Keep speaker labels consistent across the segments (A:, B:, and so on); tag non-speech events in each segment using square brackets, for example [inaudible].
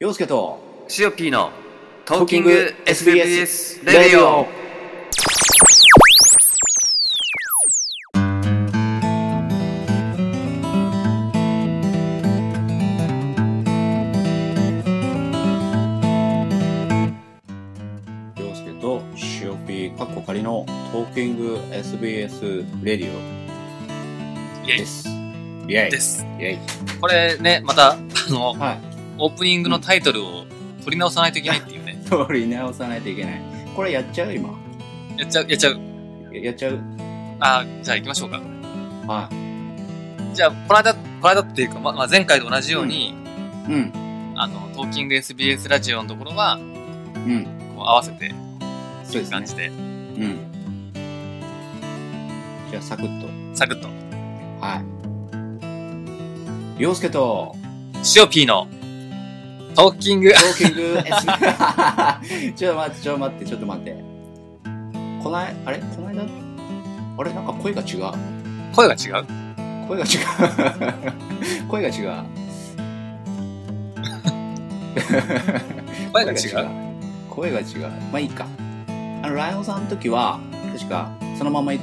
A: 洋介と
B: シオピーのト
A: ーキ
B: ーキ
A: ン
B: ン
A: グ
B: グ
A: SBS
B: SBS
A: レ
B: レ
A: デ
B: デ
A: ィ
B: ィ
A: オ
B: オ
A: 洋介とシオピーかっこ仮のトーキング SBS レディオ
B: イェイ
A: です。イェイ
B: です。
A: イェイ
B: これね、また、あの、
A: はい。
B: オープニングのタイトルを取り直さないといけないっていうね。
A: 取り直さないといけない。これやっちゃう今。
B: やっちゃう、やっちゃう。
A: ややっちゃう
B: あーじゃあ行きましょうか。
A: はい。
B: じゃあ、この間、この間っていうか、ままあ、前回と同じように、
A: うん。
B: あの、トーキング SBS ラジオのところは、
A: うん。
B: こう合わせて、
A: そうです
B: 感
A: ね
B: じ。で、
A: うん。じゃあ、サクッと。
B: サクッと。
A: はい。洋介と、
B: シオピーのトーキング
A: ト、ーキング S ちょっと待って、ちょっと待って、ちょっと待って。こない、あれこないだあれなんか声が違う。
B: 声が違う
A: 声が違う。声が違う。 [laughs]
B: 声が
A: 声が違
B: 違う。
A: う。声が違う。まあいいか。あの、ライオンさんの時は、確か、そのままい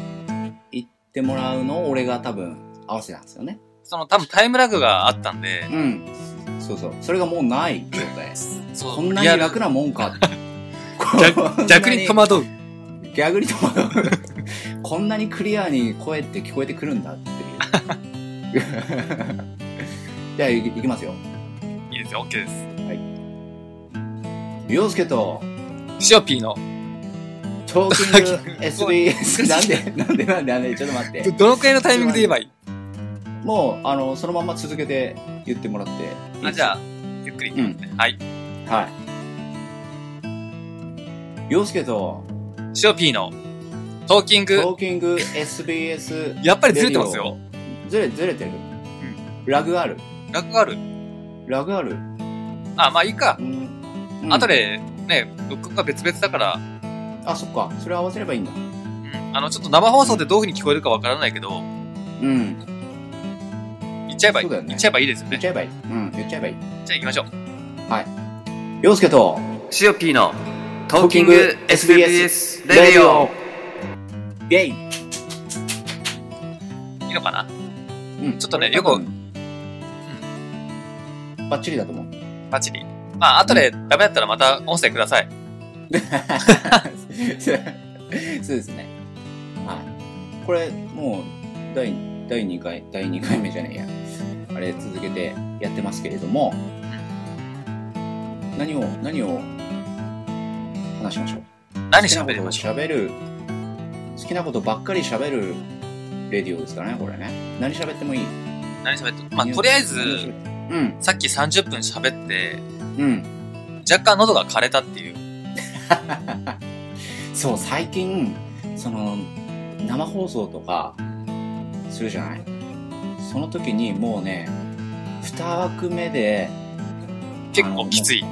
A: 行ってもらうのを俺が多分合わせたんですよね。
B: その、多分タイムラグがあったんで、
A: うん。そうそう。それがもうない状態。
B: そう
A: こんな
B: リア
A: に
B: ル
A: 楽なもんか。こんな
B: 逆に戸惑う。
A: 逆に戸惑う [laughs] こんなにクリアに声って聞こえてくるんだっていう [laughs] じゃあいいきますよ
B: いいですよ、OK です。
A: 洋介と
B: シオピーの、
A: トーキング SBS
B: ご
A: なん
B: め
A: で [laughs] なんでなんでなんでちょっと待って
B: どどのくらいのタイミングで言えばいい
A: もうあのそのまま続けて言ってもらっていい
B: あじゃあ、ゆっくりいきますね。はい。
A: あはい洋介と
B: シオピーの、トーキング、
A: トーキング SBS
B: やっぱりずれてますよ。
A: ずれずれてる、ラグある
B: ラグがある。
A: ラグある、
B: あ、まあいいか
A: う。んうん
B: 後で、ね、録音が別々だから、
A: あそっかそれ合わせればいいんだ
B: うん。あの、ちょっと生放送でどういう風に聞こえるかわからないけど、
A: うん
B: 言っちゃえばいい。
A: そうだよね
B: 言っちゃえばいいですよ
A: 言っち
B: ね。
A: ゃえばいい。うん、言っちゃえばいい。
B: じゃあ行きましょう。
A: 洋介と、
B: シオピーの、ト
A: ーキング SBS レディオ。イェイ
B: いいのかな
A: うん、
B: ちょっとね
A: 多分
B: よ
A: バッチリだと思う。
B: バッチリ。まあ、後でダメだったらまた音声ください。
A: [laughs] そうですね。はい。これ、もう、第、第2回、第2回目じゃねえや。あれ、続けてやってますけれども、何を、何を話しましょう
B: 何喋りましょう
A: 好きなことを喋る、好きなことばっかり喋るレディオですからね、これね。何喋ってもいい。
B: 何喋ってまあ、とりあえず、
A: うん、
B: さっき30分喋って、
A: うん。
B: 若干喉が枯れたっていう。
A: そう、最近、その、生放送とか、するじゃないその時にもうね、二枠目で、
B: 結構きつい。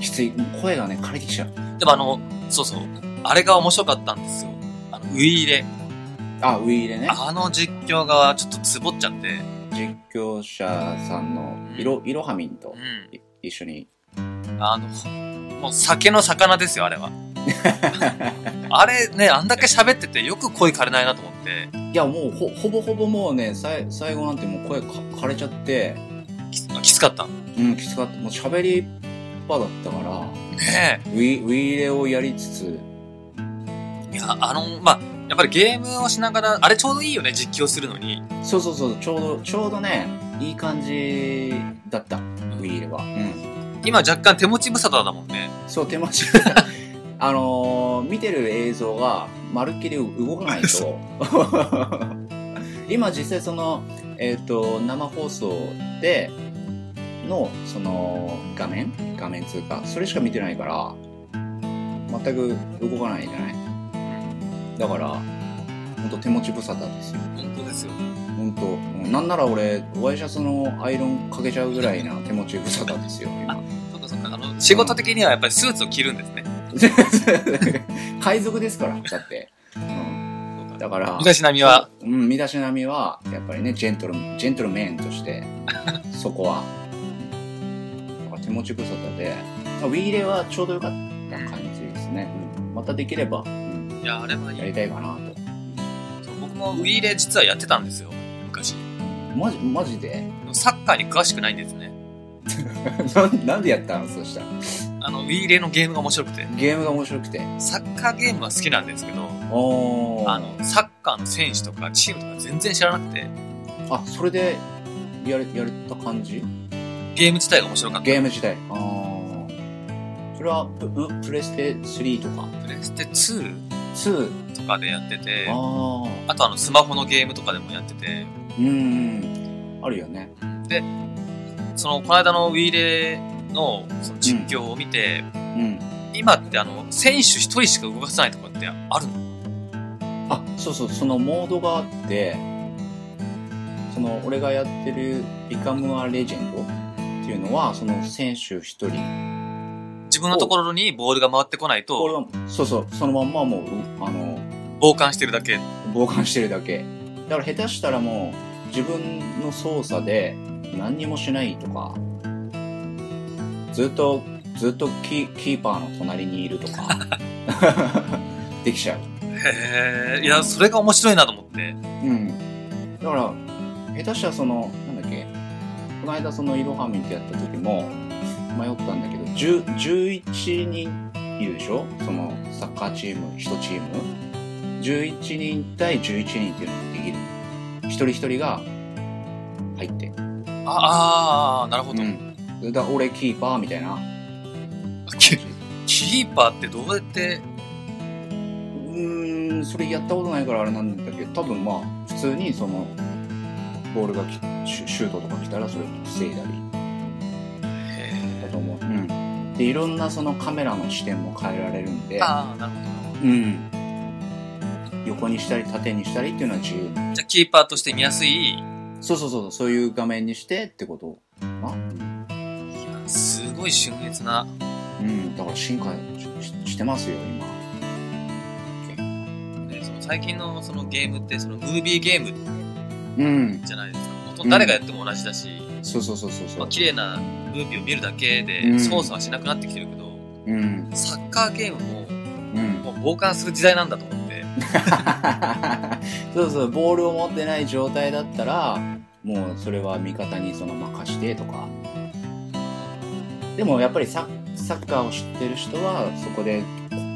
A: きつい、もう声がね、枯れてきちゃう。
B: でもあの、そうそう。あれが面白かったんですよ。あの、ウイイレ。
A: あ、ウイイレね。
B: あの実況がちょっとつぼっちゃって。
A: 実況者さんの、いろ、いろはみんと
B: う
A: い一緒に。
B: ん。あの、もう酒の魚ですよ、あれは。あれね、あんだけ喋っててよく声枯れないなと思って。
A: いや、もうほ、ほぼほぼもうね、さい最後なんてもう声か枯れちゃって、
B: ききつかった。
A: うん、きつかった。もう喋りっぱだったから、
B: ね
A: ウィ、ウィーレをやりつつ、
B: え。いや、あの、まあ、やっぱりゲームをしながら、あれちょうどいいよね、実況するのに。
A: そうそうそう、ちょうど、ちょうどね、いい感じだった、ウィーレは。うん。
B: 今若干手持ち無沙汰だもんね。
A: そう、 [laughs] 手間違えあのー見てる映像が、まるっきり動かないと。 [laughs] 今実際その、えっ、と、生放送で、の、その、画面画面通過。それしか見てないから、全く動かないじゃないだから、ほんと手持ち無沙汰ですよ。
B: 本当ですよ。
A: 本当、うんなんなら俺ワイシャツのアイロンかけちゃうぐらいな手持ち無沙汰ですよ
B: [laughs]
A: 今
B: そっかそっか。あの、仕事的にはやっぱりスーツを着るんですね。
A: 海賊ですからだって、うん、だから
B: 身だしなみは、
A: うん、身だしなみはやっぱりねジェントルジェントルメンとしてそこはだから手持ち無沙汰で、まあ、ウィーレはちょうどよかった感じですね。うんまたできれば、うん
B: いや、あれはい
A: や
B: い。
A: りたいかなと。
B: そう僕もウィーレ実はやってたんですよ、昔。
A: マジ、マジで [laughs]
B: でもサッカーに詳しくないんですね。
A: なんなんでやったのそしたら。
B: あの、ウィーレのゲームが面白くて。
A: ゲームが面白くて。
B: サッカーゲームは好きなんですけど、
A: おー
B: あの、サッカーの選手とかチームとか全然知らなくて、
A: あ、それで、やれ、やれた感じ
B: ゲーム自体が面白かった。
A: ゲーム時代。あーそれはプ、ププレステ3とか
B: プレステ2
A: 2?
B: とかでやってて、あ
A: あ
B: とあの、スマホのゲームとかでもやってて、
A: あ。うん。あるよね。
B: で、その、この間のウィーレのその実況を見て、
A: うん。
B: 今ってあの、選手一人しか動かさないとかってあるの
A: あ、そうそう、そのモードがあって、その、俺がやってる Become a Legend っていうのは、その選手一人。
B: 自分のところにボールが回ってこない
A: 俺
B: と、
A: は、そうそう、そのまんまもう、うあの、
B: 傍観してるだけ。
A: 傍観してるだけ。だから下手したらもう、自分の操作で何にもしないとか、ずっと、ずっとキキーパーの隣にいるとか、 [laughs] できちゃう。
B: へえ、いや、それが面白いなと思って。
A: うん。だから、下手したらその、なんだっけ、この間そのイロハミンってやった時も、迷ったんだけど、10 11人いるでしょそのサッカーチーム、1チーム。11人対11人っていうのができる。一人一人が入って。
B: ああー、なるほど。
A: うん。だから俺キーパーみたいな。
B: [laughs] キキーパーってどうやって、
A: うーん、それやったことないからあれなんだけど、多分まあ、普通にその、ボールがきシュシュートとか来たらそれを防いだり。だと思う、でいろんなそのカメラの視点も変えられるんで、
B: ああ、なるほ
A: うん、横にしたり縦にしたりっていうのは自由
B: ど。じゃあ、キーパーとして見やすい。い
A: そうそうそうそうそういう画面にしてってことあ
B: やすごい秀逸な。
A: うんだから進化しししてますよ今
B: ね、その最近のそのゲームって、そのムービーゲーム
A: うん
B: じゃないですか。ほとんど誰がやっても同じだし、
A: そうそうそうそうそ
B: まあ、
A: う
B: 綺麗なムービーを見るだけ
A: う
B: で
A: ん
B: 操作はしなくなってきてるけど、
A: うん
B: サッカーゲームも
A: うん
B: もう傍観する時代なんだと思って。
A: [laughs] そうそうボールを持ってない状態だったらもうそれは味方にその任してとかでもやっぱりササッカーを知ってる人はそこで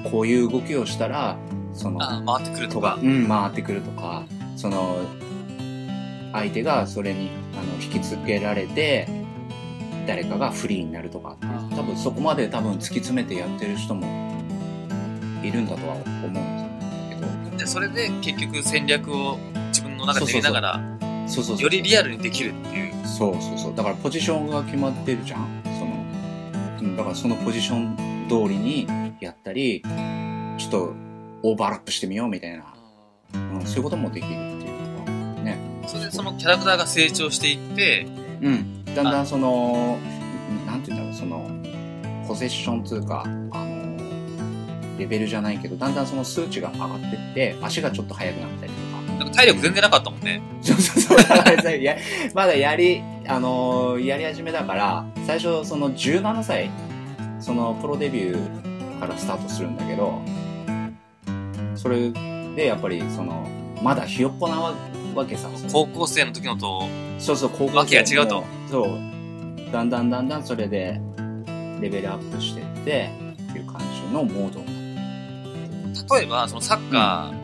A: ここういう動きをしたらその
B: ああ、回ってくると
A: とか
B: か、。
A: うん、回ってくるとかその相手がそれにあの引きつけられて誰かがフリーになるとかっていう多分そこまで多分突き詰めてやってる人もいるんだとは思うんですけど
B: で、それで結局戦略を自分の中で練りながら、
A: そうそうそう
B: よりリアルにできるっていう。
A: そうそうそうだからポジションが決まってるじゃんそのうんだからそのポジション通りにやったりちょっとオーバーラップしてみようみたいな、うん、そういうこともできるっていうかね
B: それでそのキャラクターが成長していって、
A: うんだんだんそのうんなんて言うんだろうそのポセッションつうかあのレベルじゃないけどだんだんその数値が上がってって足がちょっと速くなったりとか
B: なんか体力全然なかったもんね。
A: そうそうそう。だからさやまだやり、あのーやり始めだから、最初、その17歳、そのプロデビューからスタートするんだけど、それでやっぱり、その、まだひよっこなわわけさ。
B: 高校生の時のと、
A: そうそう、高校生
B: わけが違うと
A: も。そう。だんだんだんだんそれで、レベルアップしてって、っていう感じのモード。
B: 例えばそのサッカーの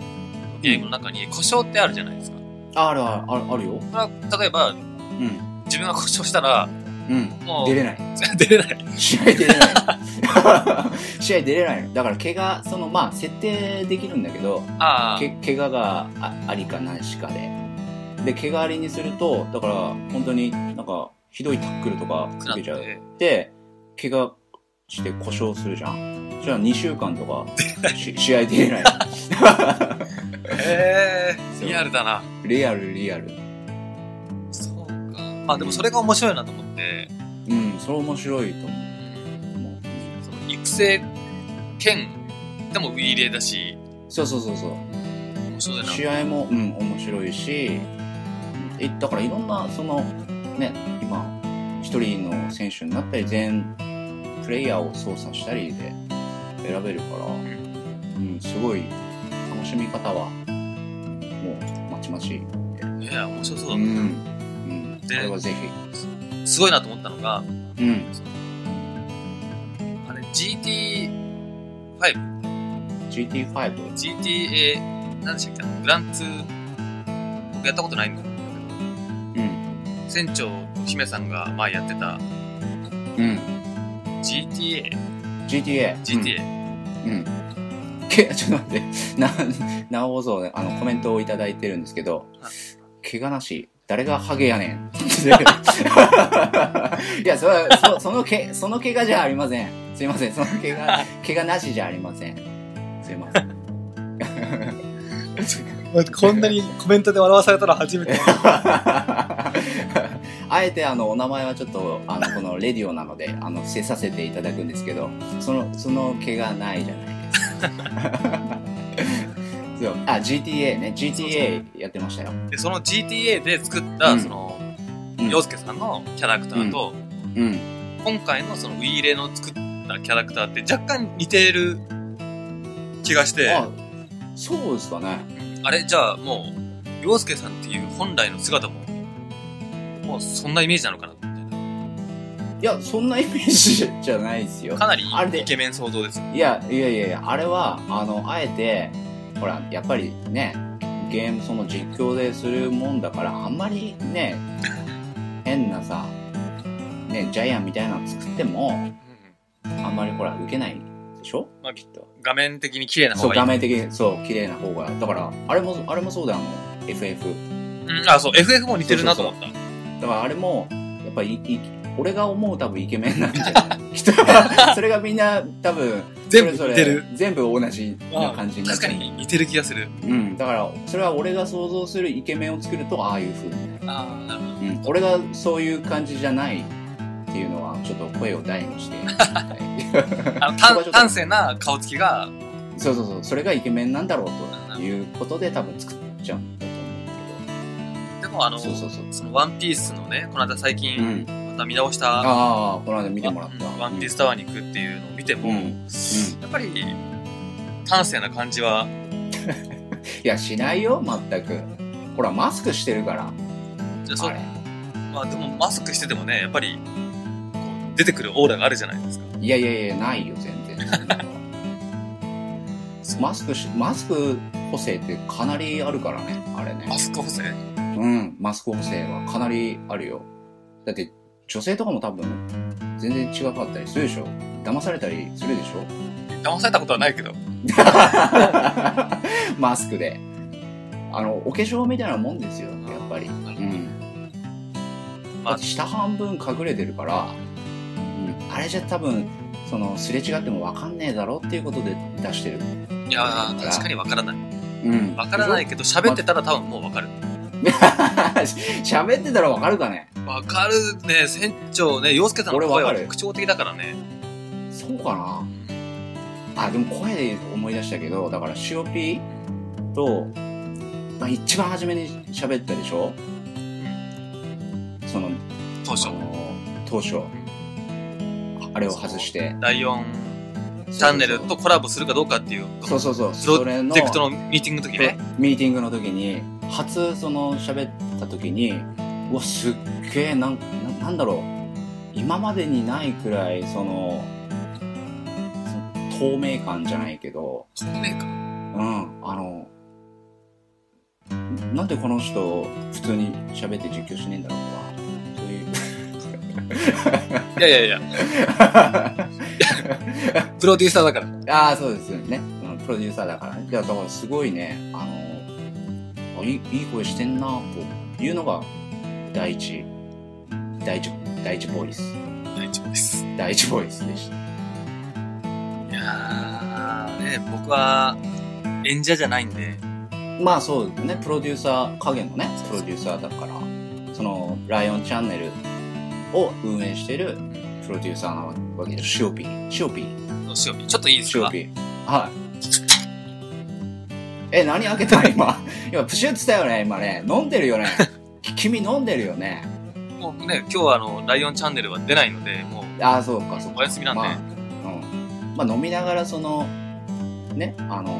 B: ゲームの中に故障ってあるじゃないですか。
A: ああるある、あるあるよ。
B: それは例えば
A: うん。
B: 自分が故障したら、
A: うん。
B: もう
A: 出れない。
B: 出れない。
A: [laughs] 試合出れない試合出れないのだから怪我そのまあ設定できるんだけど
B: ああ、
A: け怪我があありかないしかでで怪我ありにするとだから本当になんかひどいタックルとか
B: く
A: 受
B: なっ。
A: けちゃってて怪我して故障するじゃんじゃあ2週間とかし試合出れない
B: え
A: そう
B: えリアルだな。
A: リアルリアル
B: そうか。まあでもそれが面白いなと思って、
A: うんそれ面白いと思うもう
B: その育成兼でもウィーレーだし、
A: そうそうそうそう
B: 面白いな。
A: 試合も、うん、面白いし、えだからいろんな、その、ね、今、一人の選手になったり、全プレイヤーを操作したりで選べるから、うん、すごい楽しみ方は、もう、まちまち。
B: いや、面白そうだ
A: う
B: っ
A: ん。
B: た、
A: うん。こ
B: で
A: れはぜ
B: すごいなと思ったのが、
A: ひ。うん。
B: あれ、GT、
A: GT5。
B: GTA、何でしたっけあのグランツー、僕やったことないんだけど、
A: うん。
B: 船長と姫さんが前やってた
A: うん。
B: GTA、
A: GTA。
B: GTA、
A: うん。け、 [laughs] ちょっと待って、な、なおぞ、あの、コメントをいただいてるんですけど
B: は、
A: 怪我なし、誰がハゲやねん。いや、それは、そそのけ、その怪我じゃありません。すいません、その怪我、怪我なしじゃありません。すいません。
C: こんなにコメントで笑わされたの初めて。
A: あえてあのお名前はちょっとあのこのレディオなのであの伏せさせていただくんですけどそのその毛がないじゃないですか [laughs] そうあ GTA ね GTA やってましたよ
B: で、その GTA で作った、
A: うん
B: その、
A: うん
B: 洋介さんのキャラクターと、
A: うん
B: 今回のそのウィーレの作ったキャラクターって若干似ている気がして、
A: あそうですかね
B: あれ、じゃあもう、洋介さんっていう本来の姿も、もうそんなイメージなのかなみたいな。
A: いやそんなイメージじゃないですよ
B: かなり
A: あれで
B: イケメン想像ですよ。
A: いやいやいやいやあれはあのあえてほらやっぱりねゲームその実況でするもんだからあんまりね変なさねジャイアンみたいなの作ってもあんまりほら受けないでしょ
B: まあ
A: きっと
B: 画面的に綺麗な
A: そう
B: 方がいい。
A: 画面的にそう綺麗な方がだからあれもあれもそうだよあの FF
B: うん、あ、そう、FF も似てるなと思った。
A: だからあれもやっぱりいい俺が思う多分イケメンなんじゃない人はそれがみんな多分そ
C: 全部
A: れぞ
C: 似
A: れ
C: てる。
A: 全部同じな感じになっ
B: 確
A: て
B: かに似てる気がする。
A: うん、だからそれは俺が想像するイケメンを作るとああいう風になる、
B: ああ、なるほど。
A: うん、俺がそういう感じじゃないっていうのはちょっと声を大にして [laughs] はい
B: あの、端端正な顔つきが、
A: そうそうそうそれがイケメンなんだろうということで多分作っちゃうんだと思うんだ
B: でもあの、
A: けどそうそうそう
B: そのワンピースのね、この間最
A: う
B: 近、
A: ん
B: また見直した、
A: ああこの間見てもらった
B: ワンワンピースタワーに行くっていうのを見ても、
A: うん、う
B: や
A: ん、
B: っぱり、端正な感じは、
A: いやしないよ全くほらマスクしてるから
B: じゃあそ
A: あ
B: う
A: れ
B: まあでもマスクしててもね、やっぱり、こう出てくるオーラがあるじゃないですか。
A: いやいやいやないよ全 [laughs] 然そんなのマスクしマスク補正ってかなりあるからねあれね
B: マスク補正
A: うん、マスク補正はかなりあるよ。だって、女性とかも多分、全然違かったりするでしょ騙されたりするでしょ [laughs]
B: 騙されたことはないけど。
A: マスクで。あの、お化粧みたいなもんですよ、やっぱり。う
B: なるほど
A: ん。
B: まあ
A: だって下半分隠れてるから、うん、あれじゃ多分、その、すれ違ってもわかんねえだろっていうことで出してる。
B: いやー、確かにわからない。
A: うん。
B: わからない
A: で
B: けど、喋ってたら多分もうわかる。
A: しょ。 [laughs] 喋ってたらわかるかね
B: わかるね、船長ね、洋介さんの
A: 俺
B: 声
A: わ
B: は
A: かる
B: 特徴的だからね。
A: そうかなあ、でも声で思い出したけど、だから、シオピーと、まあ、一番初めに喋ったでしょその、
B: 当初
A: あ。の当初。あれを外して。
B: 第4チャンネルとコラボするかどうかっていう、
A: そうそうそう。
B: プロ
A: そ
B: ジ
A: れの、
B: ェクトのミーティングの時ね。
A: ミーティングの時に、初、その、喋った時に、うわ、すっげえ、なん、ななんだろう。今までにないくらい、その、その透明感じゃないけど、
B: 透明感。
A: うん、あの、なんでこの人、普通に喋って実況しねえんだろうとか、そういう。
B: いやいや
A: [laughs]
B: いや、プロデューサーだから。
A: ああ、そうですよね。うんプロデューサーだからね。いや、だからすごいね、あの、あいいいい声してんな、というのが、第一、第一、第一ボイス。
B: 大丈夫です。
A: 第一ボイスでした。
B: いやー、ね、僕は演者じゃないんで、
A: まあそうですね、プロデューサー、影のね、プロデューサーだから、その、ライオンチャンネルを運営しているプロデューサーなわけです。シオピー。シオピー。
B: どうしよう。ちょっといいです
A: シオ
B: か
A: ピー。はい。え、何開け
B: [laughs]
A: た今。今、プシュって言ったよね、今ね。飲んでるよね。き君飲んでるよね。
B: ももうね、今日はあの、ライオンチャンネルは出ないので、もう、
A: ああ、そうか、そうか。
B: お休みなんで
A: まあ、うん。まあ、飲みながら、その、ね、あの、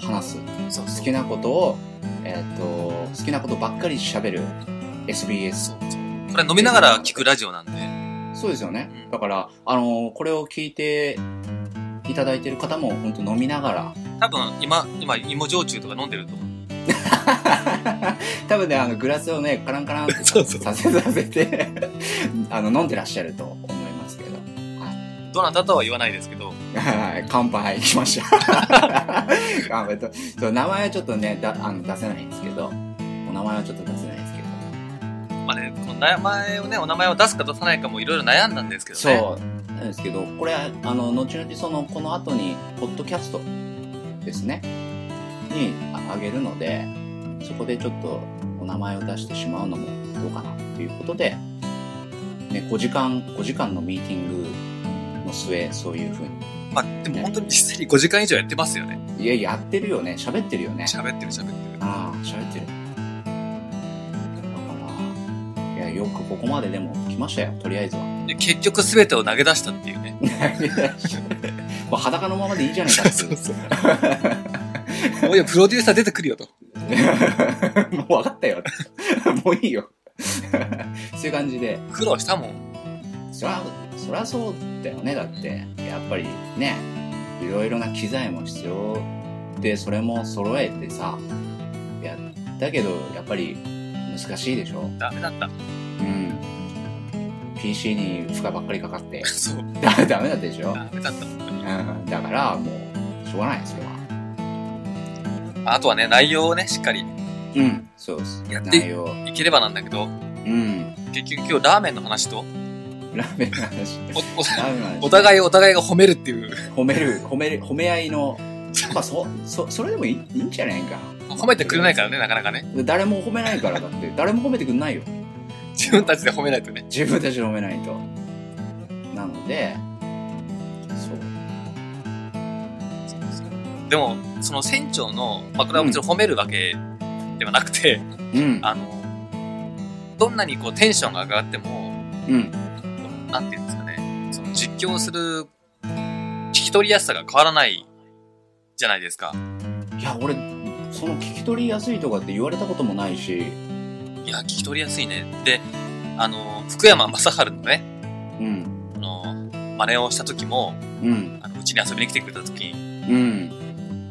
A: 話す。
B: そう
A: 好きなことを、えーっと、好きなことばっかり喋る SBS。
B: そうこれ飲みながら聞くラジオなんで、
A: そうですよね
B: う。ん
A: だから、あの、これを聞いていただいてる方も、本当飲みながら、
B: 多分今、今、芋焼酎とか飲んでると思う。
A: 多分ね、あの、グラスをね、カランカランって
C: [laughs] そうそう
A: させさせて、 [laughs] あの、飲んでらっしゃると思いますけど。
B: どなたとは言わないですけど、
A: はい、乾杯しました。 [laughs] 乾杯と。そう、名前はちょっとね、だあの出せないんですけど、お名前はちょっと出せないですけど。
B: まあね、この名前をね、お名前を出すか出さないかもいろいろ悩んだんですけどね。
A: そう、なんですけど、これ、あの、後々その、この後に、ポッドキャストですね、にああげるので、そこでちょっとお名前を出してしまうのもどうかなということで、ね、5時間、5時間のミーティングの末、そういうふう
B: まあ、でも本当に実際に5時間以上やってますよね。
A: に。いや、やってるよね、喋ってるよね。
B: 喋ってる喋ってる。
A: ああ、喋ってる。だから、いや、よくここまででも来ましたよ、とりあえずは。 [laughs]
B: で、結局全てを投げ出したっていうね。
A: もう裸のままでいいじゃないかっていう。
C: [laughs]
A: [laughs]
B: [laughs]
C: そう。もういや、プロデューサー出てくるよと。
A: もう分かったよ。もういいよ。そういう感じで、
B: 苦労したもん。
A: そら、そらそうだよね。だって、やっぱりね、いろいろな機材も必要で、それも揃えてさ、やったけど、やっぱり難しいでしょ。
B: ダメだった。
A: うん。PC に負荷ばっかりかかって、 [laughs]
B: そう。
A: ダダメだったでしょ。
B: ダメだった。本当に
A: うん。だから、もう、しょうがない、それは。
B: あとはね、内容をね、しっかり
A: うん。そうです。
B: やって
A: 内容。
B: いければなんだけど、
A: うん。
B: 結局今日ラーメンの話と、
A: ラーメンの話。
B: お、 [laughs]
A: ラーメンの話
B: お、お互いお互いが褒めるっていう、
A: 褒める、褒める、褒め合いの、まあ、そ、そ、それでもいいいいんじゃないか
B: 褒めてくれないからね、なかなかね。
A: な。誰も褒めないからだって、誰も褒めてくんないよ。
B: 自分たちで褒めないとね。
A: 自分たちで褒めないと。なので、そう。
B: でも、その船長の、まあ、これはもちろん褒めるわけではなくて、
A: うん。
B: あの、どんなにこうテンションが上がっても、
A: うん。
B: なんていうんですかね、その実況する聞き取りやすさが変わらないじゃないですか。
A: いや、俺、その聞き取りやすいとかって言われたこともないし、
B: いや、聞き取りやすいね。で、あの、福山雅治のね、
A: うん。
B: あの、真似をした時も、
A: うん。
B: あの、うちに遊びに来てくれた時に、
A: うん。 [laughs]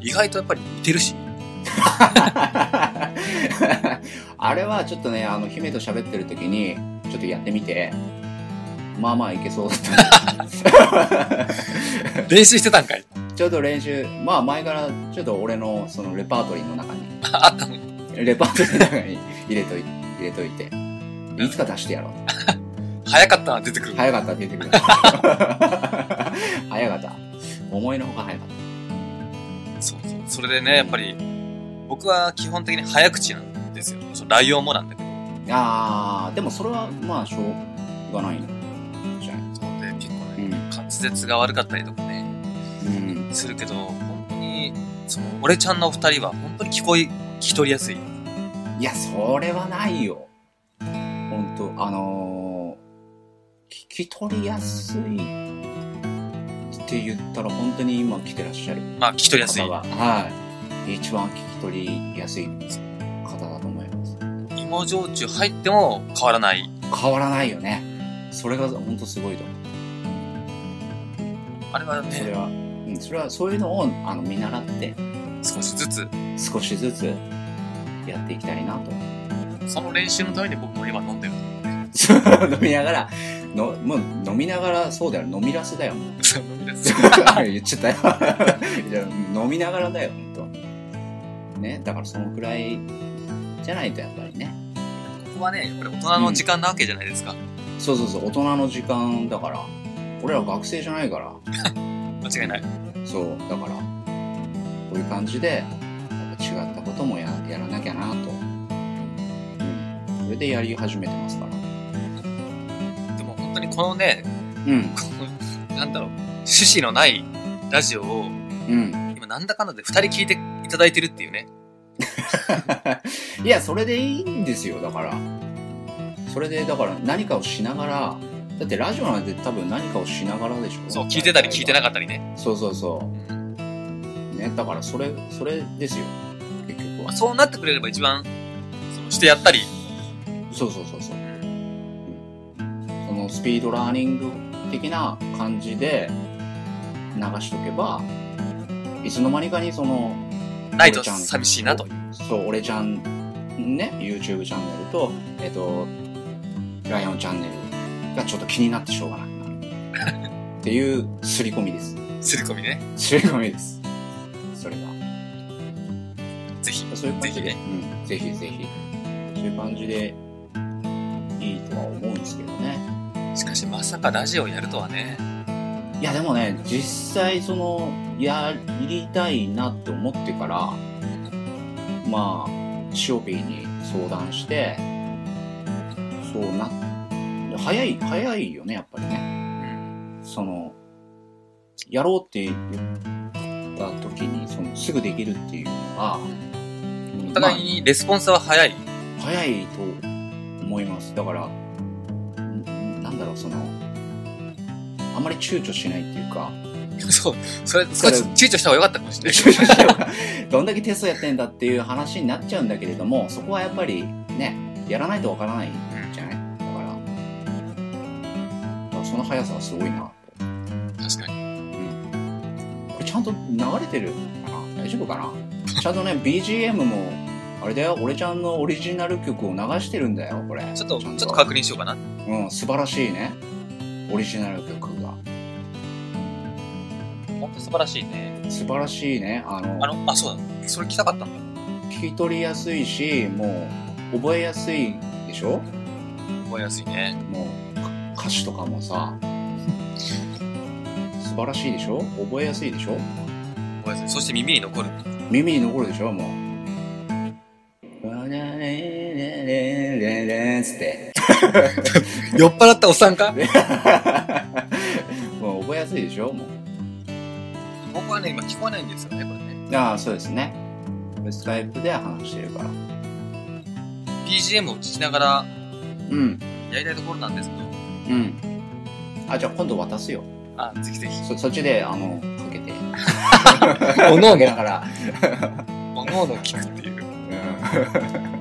B: 意外とやっぱり似てるし、
A: あれはちょっとね、あの、姫と喋ってる時に、ちょっとやってみて、まあまあいけそうだった。
B: 練習してたんかい。
A: [laughs] ちょっと練習、まあ前からちょっと俺のそのレパートリーの中に、
B: あったの
A: レパートリーの中に [laughs] 入れとい入れといて、いつか出してやろう。
B: 早かったな、出てくる。
A: 早かった、出てくる。 [laughs] 早かった。思いのほか早かっ
B: そうそう。それでね、やっぱり、僕は基本的に早口なんですよ。そのライオンもなんだけど。
A: た。あー、でもそれはまあしょうがないじゃない。
B: そうで、結構
A: う
B: ね、
A: ん。
B: 滑舌が悪かったりとかね、
A: うん。
B: するけど、本当に、その、俺ちゃんのお二人は本当に聞こえ、聞き取りやすい。
A: いや、それはないよ。ほんと、あのー、聞き取りやすいって言ったら本当に今来てらっしゃる。
B: まあ、聞き取りやすい
A: 方。が、はい。一番聞き取りやすい方だと思います。
B: 芋焼酎入っても変わらない。
A: 変わらないよね。それが本当すごいと思う。
B: あれは
A: それ
B: ね、
A: は、うん、それはそういうのをあの見習って、
B: 少しずつ、
A: 少しずつやっていきたいなと。 [laughs]
B: その練習のために僕も今飲んでる。
A: 飲みながら、のもう飲みながら、そうだよ、飲みラスだよ。もう
B: そう飲みで
A: [laughs]
B: す。
A: 言っちゃったよ。いや飲みながらだよ、本当。ね、だからそのくらいじゃないとやっぱりね。
B: ここはね、やっぱり大人の時間なわけじゃないですか。
A: そうそうそう、大人の時間だから。俺ら学生じゃないから。
B: 間違いない。
A: そう、だから、こういう感じで、やっぱ違ったこともややらなきゃなと。うん。それでやり始めてますから。
B: でも本当にこのね、
A: うん、
B: このなんだろう、趣旨のないラジオを、
A: うん。
B: 今なんだかんだで二人聞いていただいてるっていうね。
A: [laughs] いや、それでいいんですよ、だから。それでだから何かをしながらだってラジオなんて多分何かをしながらでしょ
B: そう、聞いてたり聞いてな
A: かっ
B: かったりね。
A: たそうそうそうねだからそれそれですよ結局
B: ま
A: は
B: あそうなってくれれば一番、その、してやったり、
A: そうそうそうそう、うんそのスピードラーニング的な感じで流しとけばいつの間にかにその
B: ないと寂しいなと。
A: そう、俺ちゃん、ね、YouTube チャンネルと、えっ、と、ライオンチャンネルがちょっと気になってしょうがなくなる。っていう、刷り込みです。
B: すり込みね。
A: 刷り込みです。それが。
B: ぜひ。
A: そういう感じで、
B: ぜひ
A: うん、ぜひぜひ。そういう感じで、いいとは思うんですけどね。
B: しかし、まさかラジオやるとはね。
A: いや、でもね、実際、その、やりたいなって思ってから、まあ、シオピーに相談して、そうな、早い、早いよね、やっぱりね。
B: うん。
A: その、やろうって言った時に、その、すぐできるっていうのは、うん
B: お互いにレスポンスは早い。 [laughs]
A: まあ早いと思います。だから、んなんだろう、その、あまり躊躇しないっていうか、 [laughs]
B: そう。それ、少し躊躇した方が良かったかもしれない。
C: [laughs]
A: どんだけテストやってんだっていう話になっちゃうんだけれども、そこはやっぱりね、やらないとわからないじゃないだから、だからその速さはすごいなと。
B: 確かに。
A: これちゃんと流れてるかな大丈夫かなちゃんとね、BGM も、あれだよ、俺ちゃんのオリジナル曲を流してるんだよ、これ。
B: ちょっと、ちょ
A: ゃん
B: っと確認しようかな。
A: うん、素晴らしいね。オリジナル曲が。
B: 本当素晴らしいね。
A: 素晴らしいね。あの、
B: あの、あ、そうだ。それ聞きたかったんだ。
A: 聞き取りやすいし、もう、覚えやすいでしょ
B: 覚えやすいね。
A: もうか歌詞とかもさ素晴らしいでしょ覚えやすいでしょ
B: 覚えやすい。そして耳に残る。
A: 耳に残るでしょもう「わられれれれれ」つって
C: [laughs]
A: [laughs]
C: 酔っ払ったおっさんか
A: もう覚えやすいでしょもう
B: 僕はね、今聞こえないんですよね、これね。
A: ああそうですねスカイプで話してるから
B: BGM を聞きながら
A: うん
B: やりたいところなんですけど。
A: うんあじゃあ今度渡すよ
B: あ、ぜひぜひ。
A: そそっちであのかけて
C: [laughs] おのおげだから。
A: ら
B: おのおの聞くっていう。
A: うん